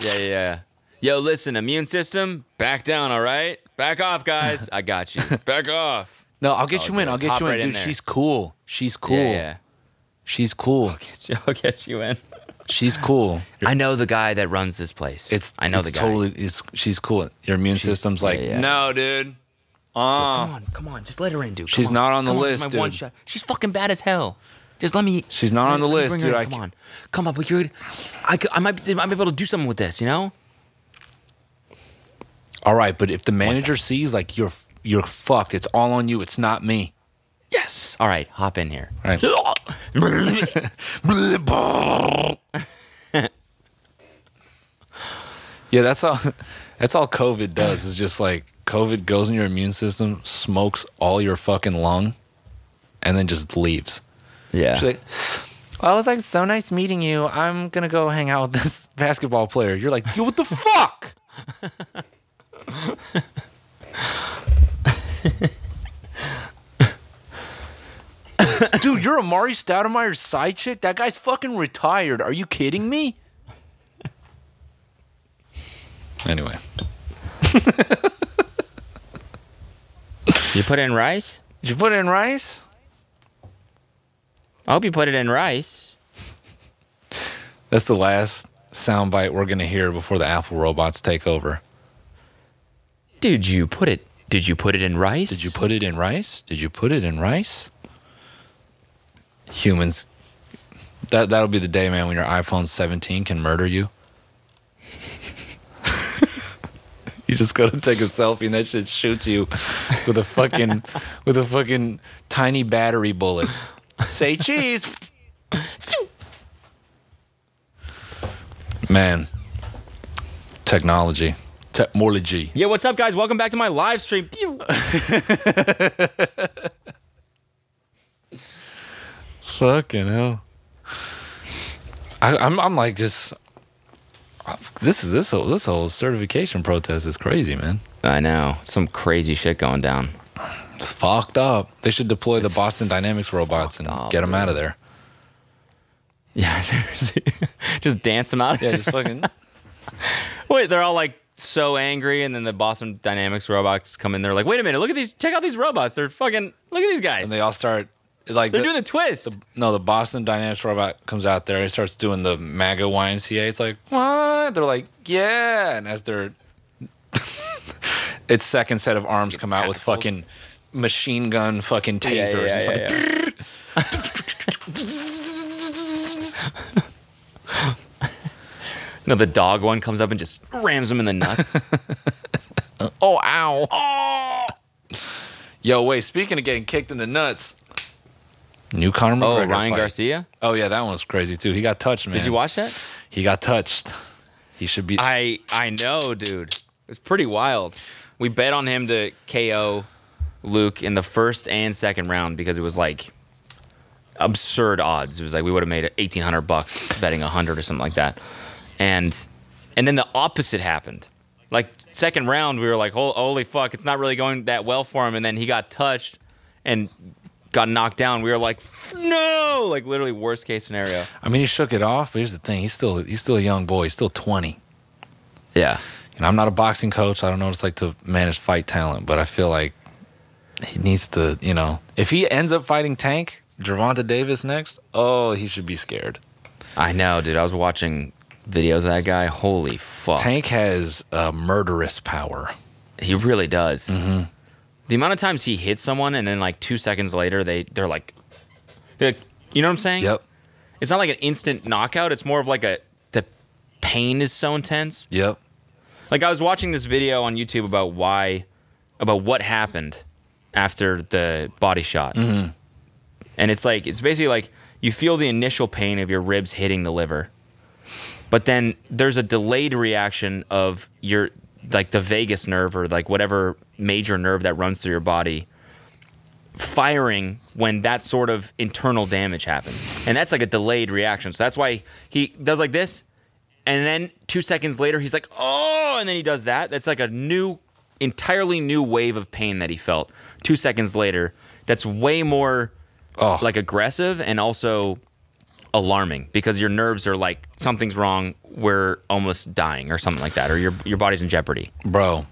Yeah, yeah, yeah. Yo, listen, immune system, back down, all right? Back off, guys. I got you. Back off.
no, I'll get
all
you in.
good.
I'll get
Hop
you in,
right in
dude.
there.
she's cool. She's cool.
Yeah, yeah.
She's cool.
Get you- I'll get you in.
She's cool.
I know the guy that runs this place.
It's
I know
it's
the guy.
Totally, it's she's cool. Your immune system's like,
yeah, yeah.
no, dude.
come on, come on, just let her in, dude.
Uh. She's
Come
not on the
Come
list,
it's my One
dude.
shot. She's fucking bad as hell. Just let me.
She's not
let-
on the
let me
list,
bring her
dude. I
in. come
c-
on, come on, but you're. I, could- I might, be- I might be able to do something with this, you know?
All right, but if the manager sees like you're you're fucked, it's all on you. It's not me.
Yes. All right, hop in here.
All right. yeah, that's all. That's all COVID does is just like COVID goes in your immune system, smokes all your fucking lung, and then just leaves.
yeah.
She's like, well, I was like, so nice meeting you. I'm gonna go hang out with this basketball player. You're like, yo, what the fuck? Dude, you're Amari Stoudemire's side chick. That guy's fucking retired. Are you kidding me? Anyway,
you put in rice?
did you put in rice?
I hope you put it in rice.
That's the last soundbite we're gonna hear before the Apple robots take over.
Did you put it? Did you put it in rice?
Did you put it in rice? Did you put it in rice? Humans. That that'll be the day, man, when your iPhone 17 can murder you. you just go to take a selfie and that shit shoots you with a fucking with a fucking tiny battery bullet. Say cheese. man. Technology. Technology.
Yeah, what's up, guys? Welcome back to my live stream.
Fucking hell. I, I'm I'm like just uh, this is this whole this whole certification protest is crazy, man.
I know. Some crazy shit going down.
It's fucked up. They should deploy the Boston Dynamics robots and get 'em
up,
get them out of there.
Yeah, seriously. just dance them out.
Yeah, just fucking.
Wait, they're all like so angry, and then the Boston Dynamics robots come in. They're like, "Wait a minute! Look at these! Check out these robots! They're fucking! Look at these guys!
and
They,
they all start like
are
the-
doing the twist!
no, the Boston Dynamics robot comes out there. He starts doing the MAGA YMCA. It's like what? They're like yeah, and as their its second set of arms come out with fucking machine gun fucking tasers. It's fucking-
no, the dog one comes up and just rams them in the nuts.
Oh, ow.
Oh.
Yo, wait, speaking of getting kicked in the nuts. New Conor
oh,
McGregor.
Ryan
fight.
Garcia!
Oh, yeah, that one was crazy, too. He got touched, man.
Did you watch that?
He got touched. He should be.
I I know, dude. It's pretty wild. We bet on him to KO Luke in the first and second round because it was like absurd odds. It was like we would have made eighteen hundred bucks betting hundred or something like that, and and then the opposite happened. Like second round, we were like, "Hol- holy fuck, it's not really going that well for him. And then he got touched and got knocked down. We were like, "F- no, like literally worst case scenario.
I mean, he shook it off, but here's the thing: he's still he's still a young boy. He's still 20.
Yeah,
And I'm not a boxing coach. I don't know what it's like to manage fight talent, but I feel like he needs to, you know, if he ends up fighting Tank Javante Davis next, oh, he should be scared.
I know, dude. I was watching videos of that guy. Holy fuck,
Tank has uh, murderous power.
he really does.
Mm-hmm.
The amount of times he hits someone and then like two seconds later they they're like, they're like you know what I'm saying?
Yep.
It's not like an instant knockout. It's more of like a the pain is so intense.
Yep.
Like I was watching this video on YouTube about why, about what happened after the body shot, and it's like it's basically like you feel the initial pain of your ribs hitting the liver, but then there's a delayed reaction of your like the vagus nerve or like whatever major nerve that runs through your body firing when that sort of internal damage happens. And that's like a delayed reaction. So that's why he does like this. And then two seconds later, he's like, oh, and then he does that. That's like a new, entirely new wave of pain that he felt two seconds later. That's way more
Oh,
like aggressive and also alarming because your nerves are like, something's wrong. We're almost dying or something like that, or your, your body's in jeopardy.
bro.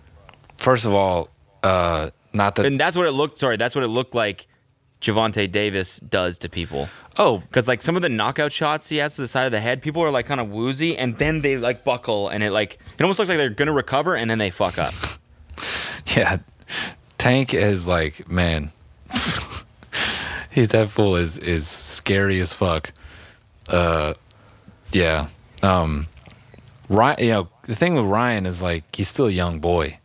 First of all, uh, not that.
And that's what it looked, sorry, that's what it looked like Javante Davis does to people.
oh,
Because like some of the knockout shots he has to the side of the head, people are like kind of woozy, and then they like buckle, and it like it almost looks like they're gonna recover, and then they fuck up.
yeah. Tank is like, man. He's that fool is is scary as fuck. Uh yeah. Um Ryan you know, the thing with Ryan is like he's still a young boy.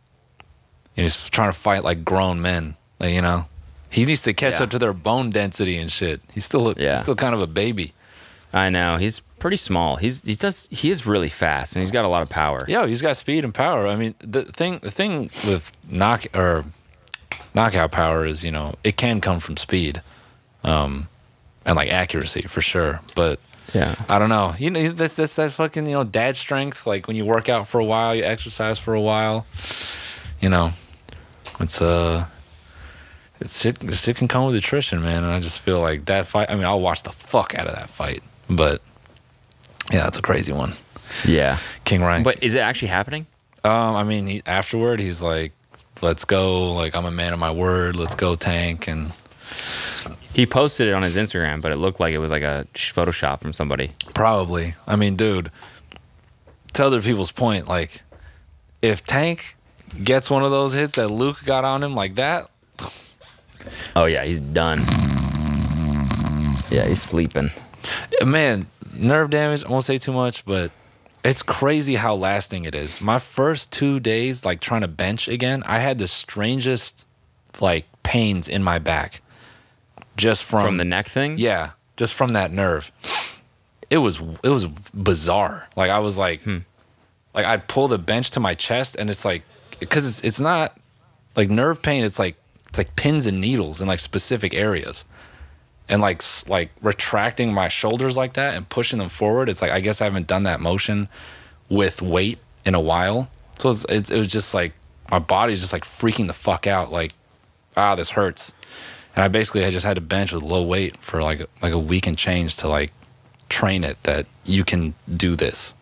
And he's trying to fight like grown men. Like, you know. He needs to catch
Yeah.
up to their bone density and shit. He's still a,
Yeah.
he's still kind of a baby.
I know he's pretty small. He's he does he is really fast, and he's got a lot of power.
Yeah, he's got speed and power. I mean, the thing the thing with knock or knockout power is you know it can come from speed, um, and like accuracy for sure. But
Yeah.
I don't know. You know, that's that's that fucking you know dad strength. Like when you work out for a while, you exercise for a while. You know, it's uh. It's shit, this shit can come with attrition, man. And I just feel like that fight. I mean, I'll watch the fuck out of that fight, but yeah, that's a crazy one.
Yeah.
King Ryan.
But is it actually happening?
Um, I mean, he, afterward, he's like, "Let's go!" Like I'm a man of my word. Let's go, Tank. And
He posted it on his Instagram, but it looked like it was like a sh- Photoshop from somebody.
probably, I mean, dude, to other people's point, like if Tank gets one of those hits that Luke got on him like that,
Oh yeah, he's done. Yeah, he's sleeping.
man, nerve damage. I won't say too much, but it's crazy how lasting it is. My first two days, like trying to bench again, I had the strangest like pains in my back, just from,
From the neck thing.
Yeah, just from that nerve. It was it was bizarre. Like I was like, like I'd pull the bench to my chest, and it's like, because it's it's not like nerve pain. It's like it's like pins and needles in like specific areas, and like s- like retracting my shoulders like that and pushing them forward. It's like I guess I haven't done that motion with weight in a while. So it's, it's it was just like my body's just like freaking the fuck out. Like ah, this hurts. And I basically had just had to bench with low weight for like like a week and change to like train it that you can do this.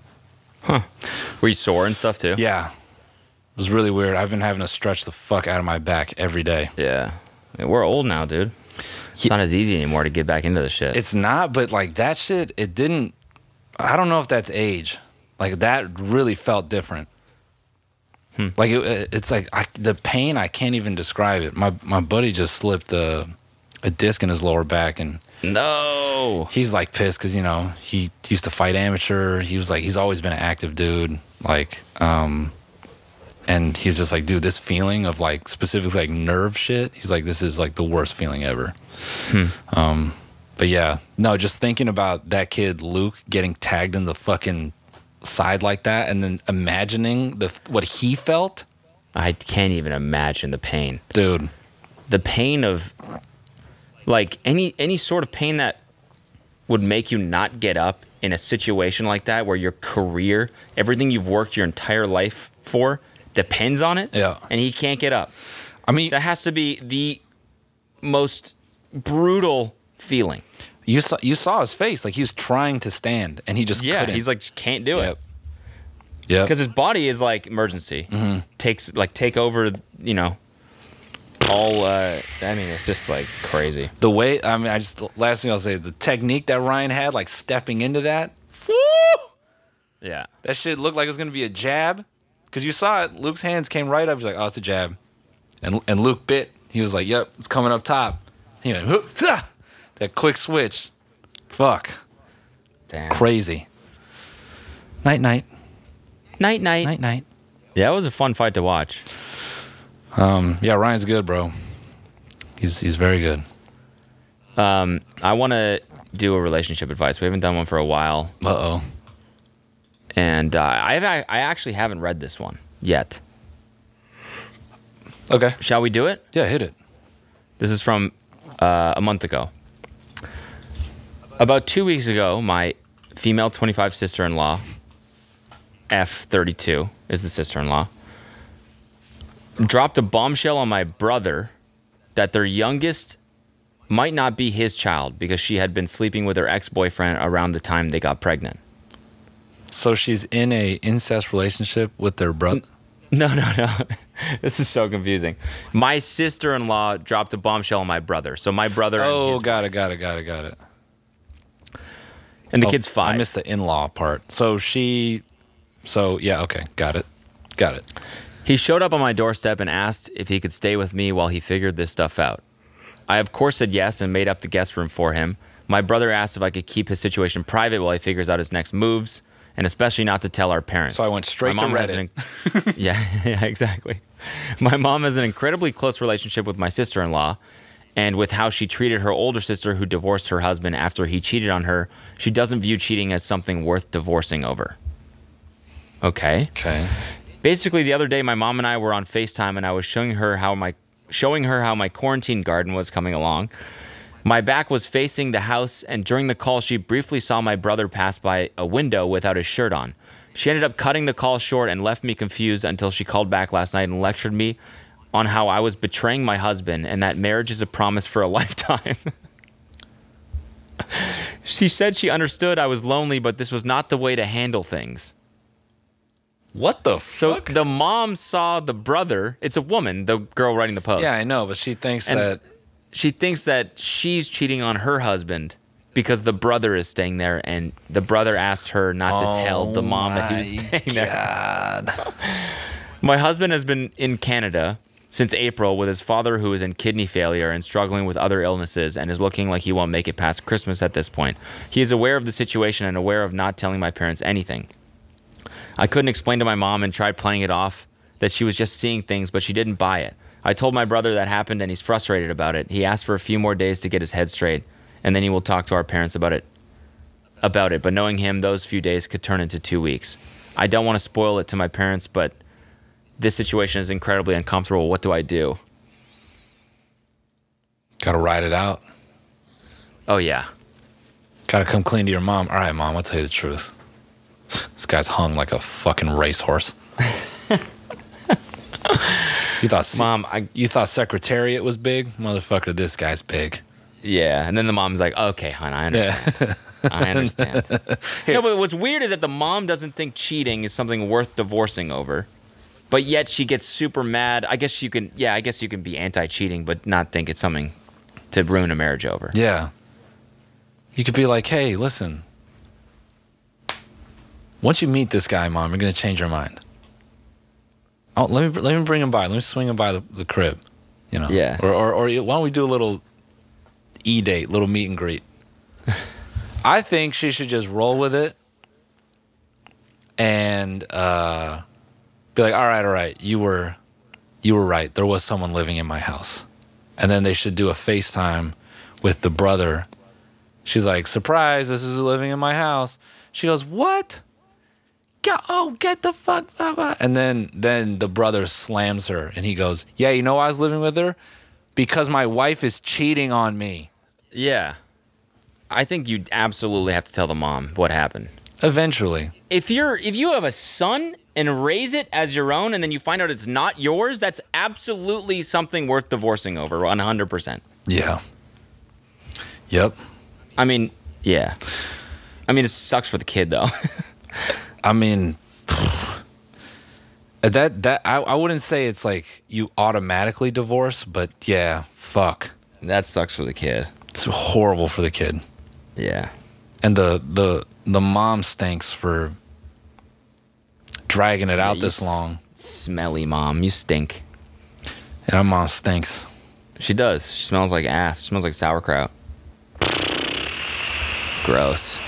Were you sore and stuff too?
Yeah. It was really weird. I've been having to stretch the fuck out of my back every day.
Yeah. I mean, we're old now, dude. It's not as easy anymore to get back into the shit.
It's not, but like that shit, it didn't I don't know if that's age. Like that really felt different. Like it, it's like I, the pain I can't even describe it. My my buddy just slipped a a disc in his lower back and
no.
he's like pissed because you know he used to fight amateur. He was like he's always been an active dude, like um, and he's just like, dude, this feeling of like specifically like nerve shit. He's like, this is like the worst feeling ever. Um,
Hmm.
but yeah, no, just thinking about that kid Luke getting tagged in the fucking side like that, and then imagining the what he felt,
I can't even imagine the pain.
dude.
the pain of like any any sort of pain that would make you not get up in a situation like that where your career, everything you've worked your entire life for depends on it.
Yeah.
And he can't get up.
I mean,
That has to be the most brutal feeling.
you saw you saw his face, like he was trying to stand, and he just
Yeah.
couldn't.
He's like just can't do it.
yep, yep.
because his body is like emergency takes like take over you know all uh i mean it's just like crazy
the way I mean, I just last thing I'll say, the technique that Ryan had, like stepping into that, woo!
yeah
That shit looked like it was gonna be a jab, because you saw it. Luke's hands came right up. He's like, "Oh, it's a jab," and and Luke bit. He was like, "Yep, it's coming up top." He went, "Hoop, tah!" that quick switch, fuck,
damn
crazy. Night, night,
night night
night, night.
yeah it was a fun fight to watch
Mm-hmm. Yeah, Ryan's good, bro. He's he's very good.
i want to do a relationship advice we haven't done one for a while
Uh oh.
and uh, I've, i i actually haven't read this one yet
Okay.
shall we do it
Yeah, hit it.
This is from uh, a month ago. About two weeks ago, my female 25 sister in law, F32 is the sister in law, dropped a bombshell on my brother that their youngest might not be his child because she had been sleeping with her ex boyfriend around the time they got pregnant.
So she's in a incest relationship with their brother.
No, no, no. this is so confusing. My sister in law dropped a bombshell on my brother. So my brother. and
Oh,
his-
got it, got it, got it, got it.
And the
Oh,
kid's five.
I missed the in-law part. So she, so yeah, okay, got it, got it.
He showed up on my doorstep and asked if he could stay with me while he figured this stuff out. I, of course, said yes and made up the guest room for him. My brother asked if I could keep his situation private while he figures out his next moves, and especially not to tell our parents.
So I went straight
My
to
mom has
Reddit.
an- yeah, yeah, exactly. My mom has an incredibly close relationship with my sister in law, and with how she treated her older sister who divorced her husband after he cheated on her, she doesn't view cheating as something worth divorcing over. Okay.
Okay.
Basically, the other day, my mom and I were on Facetime, and I was showing her how my showing her how my quarantine garden was coming along. My back was facing the house, and during the call, she briefly saw my brother pass by a window without his shirt on. She ended up cutting the call short and left me confused until she called back last night and lectured me on how I was betraying my husband and that marriage is a promise for a lifetime. she said she understood I was lonely, but this was not the way to handle things.
What the
So
fuck?
the mom saw the brother. It's a woman, the girl writing the post.
yeah, I know, but she thinks
And-
that
She thinks that she's cheating on her husband because the brother is staying there, and the brother asked her not to tell the mom that he was
Oh my
staying there. my husband has been in Canada since April with his father, who is in kidney failure and struggling with other illnesses, and is looking like he won't make it past Christmas at this point. He is aware of the situation and aware of not telling my parents anything. I couldn't explain to my mom and tried playing it off that she was just seeing things, but she didn't buy it. I told my brother that happened and he's frustrated about it. He asked for a few more days to get his head straight, and then he will talk to our parents about it. About it, but knowing him, those few days could turn into two weeks. I don't want to spoil it to my parents, but this situation is incredibly uncomfortable. What do I do?
gotta ride it out.
Oh yeah,
Gotta come clean to your mom. All right, mom, I'll tell you the truth. This guy's hung like a fucking racehorse. you thought, se-
mom. I
You thought Secretariat was big, motherfucker. This guy's big.
yeah, and then the mom's like, "Okay, hon, I understand." I understand. No, but what's weird is that the mom doesn't think cheating is something worth divorcing over, but yet she gets super mad. I guess you can, yeah, I guess you can be anti-cheating, but not think it's something to ruin a marriage over.
Yeah. You could be like, hey, listen. Once you meet this guy, mom, you're gonna change your mind. Oh, let me let me bring him by. Let me swing him by the, the crib. You know.
Yeah.
Or, or or why don't we do a little e date, little meet and greet? I think she should just roll with it and uh, be like, all right, all right, you were you were right. There was someone living in my house. And then they should do a FaceTime with the brother. She's like, surprise, this is living in my house. She goes, what? Go, oh, get the fuck. Blah, blah. And then, then the brother slams her and he goes, yeah, you know why I was living with her? because my wife is cheating on me.
Yeah. I think you absolutely have to tell the mom what happened.
Eventually.
If you're if you have a son and raise it as your own and then you find out it's not yours, that's absolutely something worth divorcing over 100%.
Yeah. Yep.
I mean, yeah. I mean, it sucks for the kid though.
I mean, that that I, I wouldn't say it's like you automatically divorce, but yeah, fuck,
that sucks for the kid.
it's horrible for the kid,
Yeah.
and the the the mom stinks for dragging it out
you
this
s-
long,
Smelly mom, you stink.
and our mom stinks.
She does. She smells like ass. She smells like sauerkraut. Gross.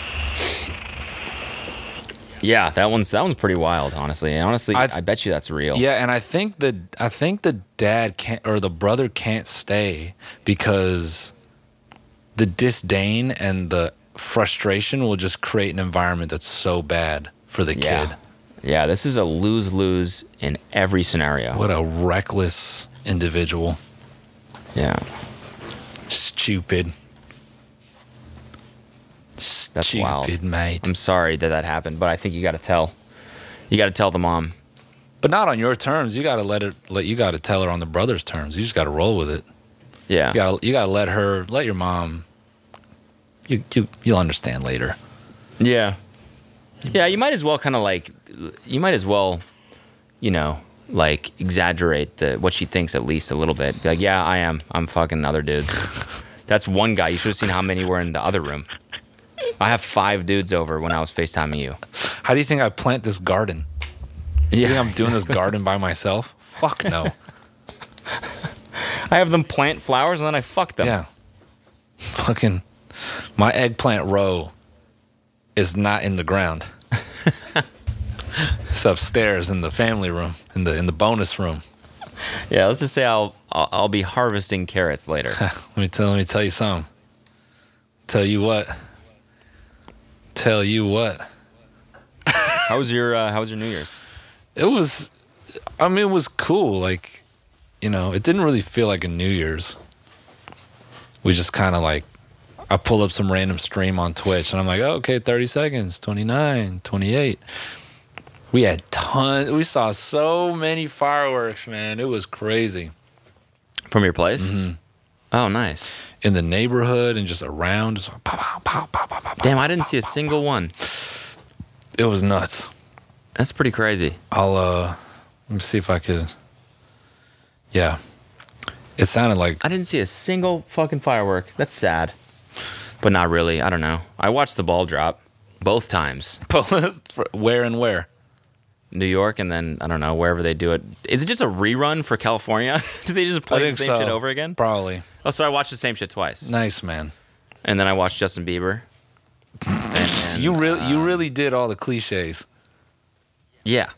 Yeah, that one's that one's pretty wild, honestly. And honestly, i
I've-
bet you that's real.
Yeah, and I think the I think the dad can't or the brother can't stay because the disdain and the frustration will just create an environment that's so bad for the
yeah.
kid.
Yeah, this is a lose lose in every scenario.
What a reckless individual.
Yeah.
Stupid. Stupid,
That's wild.
mate.
I'm sorry that that happened, but I think you got to tell. You got to tell the mom.
But not on your terms. You gotta let it. Let you gotta tell her on the brother's terms. You just gotta roll with it.
Yeah.
You gotta. You gotta let her. Let your mom. You you you'll understand later.
Yeah. Yeah, you might as well kind of like, you might as well, you know, like exaggerate the what she thinks at least a little bit. Be like, yeah, I am. I'm fucking other dudes. That's one guy. You should have seen how many were in the other room. I have five dudes over when I was FaceTiming you.
How do you think I plant this garden? You think I'm doing this garden by myself? Fuck no.
I have them plant flowers and then I fuck them.
yeah. Fucking my eggplant row is not in the ground. it's upstairs in the family room, in the in the bonus room.
Yeah, let's just say I'll I'll, I'll be harvesting carrots later.
Let me tell let me tell you something. Tell you what. Tell you what.
how was your uh, How was your New Year's?
It was I mean it was cool, like you know, it didn't really feel like a New Year's. We just kinda like I pulled up some random stream on Twitch and I'm like, oh, okay, 30 seconds, 29, 28. We had tons we saw so many fireworks, man. It was crazy.
From your place? Oh, nice.
In the neighborhood and just around, just pow, pow, pow, pow, pow, pow, pow.
Damn, I didn't see a single one.
It was nuts.
That's pretty crazy.
I'll uh let me see if I could Yeah. It sounded like
I didn't see a single fucking firework. That's sad. But not really. I don't know. I watched the ball drop both times.
where and where.
New York and then I don't know, wherever they do it. Is it just a rerun for California? Did they just
I
play the
think
same
so.
shit over again?
Probably.
Oh, so I watched the same shit twice.
Nice man.
And then I watched Justin Bieber. And- and,
You really you
uh,
really did all the cliches.
Yeah.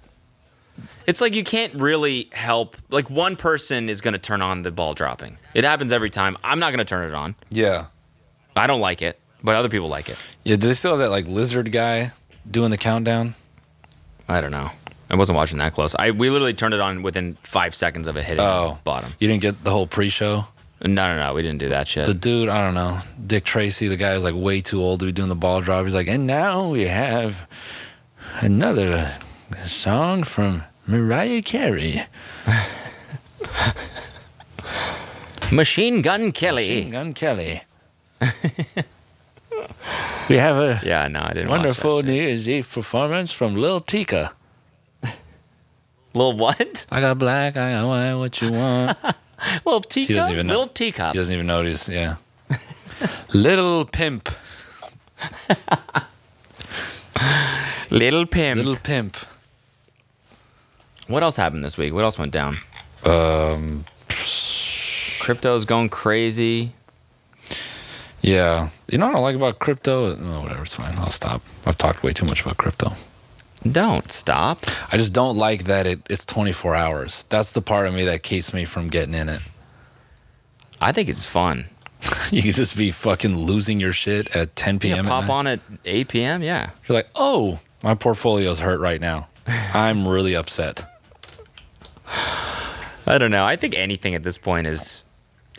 It's like you can't really help like one person is gonna turn on the ball dropping. It happens every time. I'm not gonna turn it on.
Yeah.
I don't like it, but other people like it.
Yeah, do they still have that like lizard guy doing the countdown?
I don't know. I wasn't watching that close. I we literally turned it on within five seconds of it hitting
Oh.
the bottom.
You didn't get the whole pre show?
No, no, no. We didn't do that shit.
The dude, I don't know, Dick Tracy, the guy was like way too old to be doing the ball drop. He's like, and now we have another song from Mariah Carey.
Machine Gun Kelly.
Machine Gun Kelly. we have a
Yeah, no, I didn't. watch that
wonderful
shit.
New Year's Eve performance from Lil Tika.
Lil what?
I got black, I got white, what you want.
Lil teacup.
doesn't even know.
Lil teacup.
he doesn't even notice, yeah. Little Pimp.
Little pimp.
Little Pimp.
What else happened this week? What else went down? Um,
Um,
crypto's going crazy.
Yeah. You know what I like about crypto? No, whatever, it's fine. I'll stop. I've talked way too much about crypto.
Don't stop.
I just don't like that it, it's 24 hours. That's the part of me that keeps me from getting in it.
I think it's fun.
You could just be fucking losing your shit at 10
Yeah,
p.m. at
pop
night.
on at 8 p.m. Yeah.
You're like, oh, my portfolio's hurt right now. I'm really upset.
I don't know. I think anything at this point is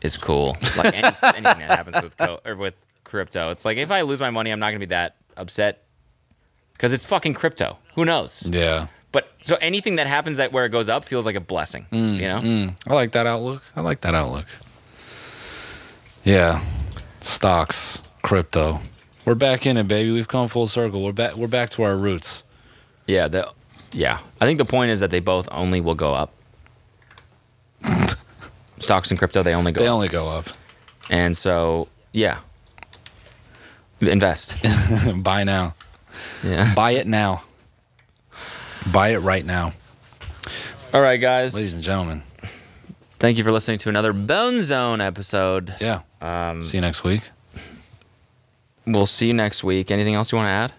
is cool. Like any, anything that happens with co- or with crypto, it's like if I lose my money, I'm not gonna be that upset because it's fucking crypto. Who knows?
Yeah.
But so anything that happens that where it goes up feels like a blessing. you know,
I like that outlook. I like that outlook. Yeah. Stocks, crypto. We're back in it, baby. We've come full circle. We're back we're back to our roots.
yeah, the, yeah. I think the point is that they both only will go up. Stocks and crypto, they only go
They
up.
only go up.
And so, yeah. Invest.
Buy now.
yeah.
Buy it now. Buy it right now.
All right, guys.
Ladies and gentlemen.
Thank you for listening to another Bone Zone episode.
Yeah. See you next week.
We'll see you next week. Anything else you want to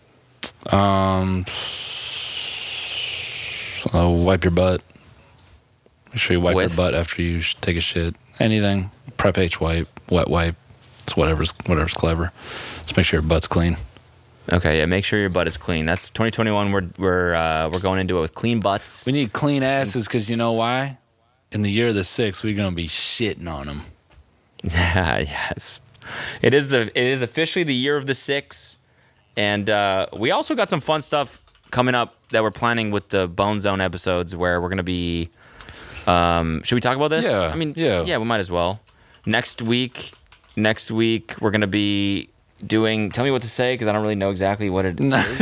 add?
Uh, Um, wipe your butt. Make sure you wipe
With?
your butt after you sh- take a shit. Anything. Prep H wipe, wet wipe. It's whatever's whatever's clever. Just make sure your butt's clean.
Okay, yeah. Make sure your butt is clean. That's 2021. We're we're uh, we're going into it with clean butts.
We need clean asses because you know why? In the year of the six, we're gonna be shitting on them.
Yeah, yes. It is the it is officially the year of the six, and uh, we also got some fun stuff coming up that we're planning with the Bone Zone episodes where we're gonna be. Um, should we talk about this?
Yeah,
I mean,
yeah.
yeah. We might as well. Next week, next week we're gonna be doing. Tell me what to say because I don't really know exactly what it.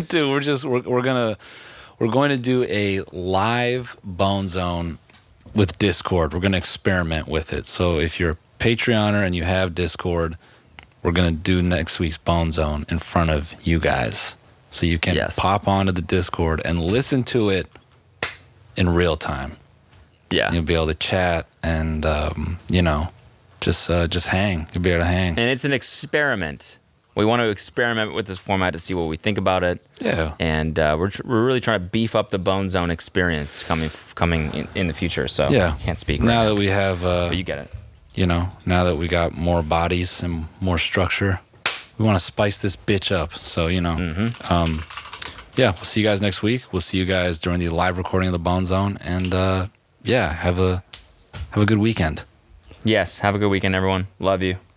Dude, we're just we're, we're gonna we're going to do a live bone zone with Discord. We're gonna experiment with it. So if you're a Patreoner and you have Discord, we're gonna do next week's bone zone in front of you guys. So you can
Yes.
pop onto the Discord and listen to it in real time.
Yeah.
You'll be able to chat and um, you know, just uh, just hang. You'll be able to hang.
and it's an experiment. We want to experiment with this format to see what we think about it.
Yeah.
and uh, we're, tr- we're really trying to beef up the bone zone experience coming f- coming in, in the future. So
Yeah.
can't speak right
Now
now,
that we have, uh,
but you get it.
you know, now that we got more bodies and more structure, we want to spice this bitch up. So, you know, um, yeah, we'll see you guys next week. We'll see you guys during the live recording of the Bone Zone, and uh, yeah, have a have a good weekend.
Yes, have a good weekend, everyone. Love you.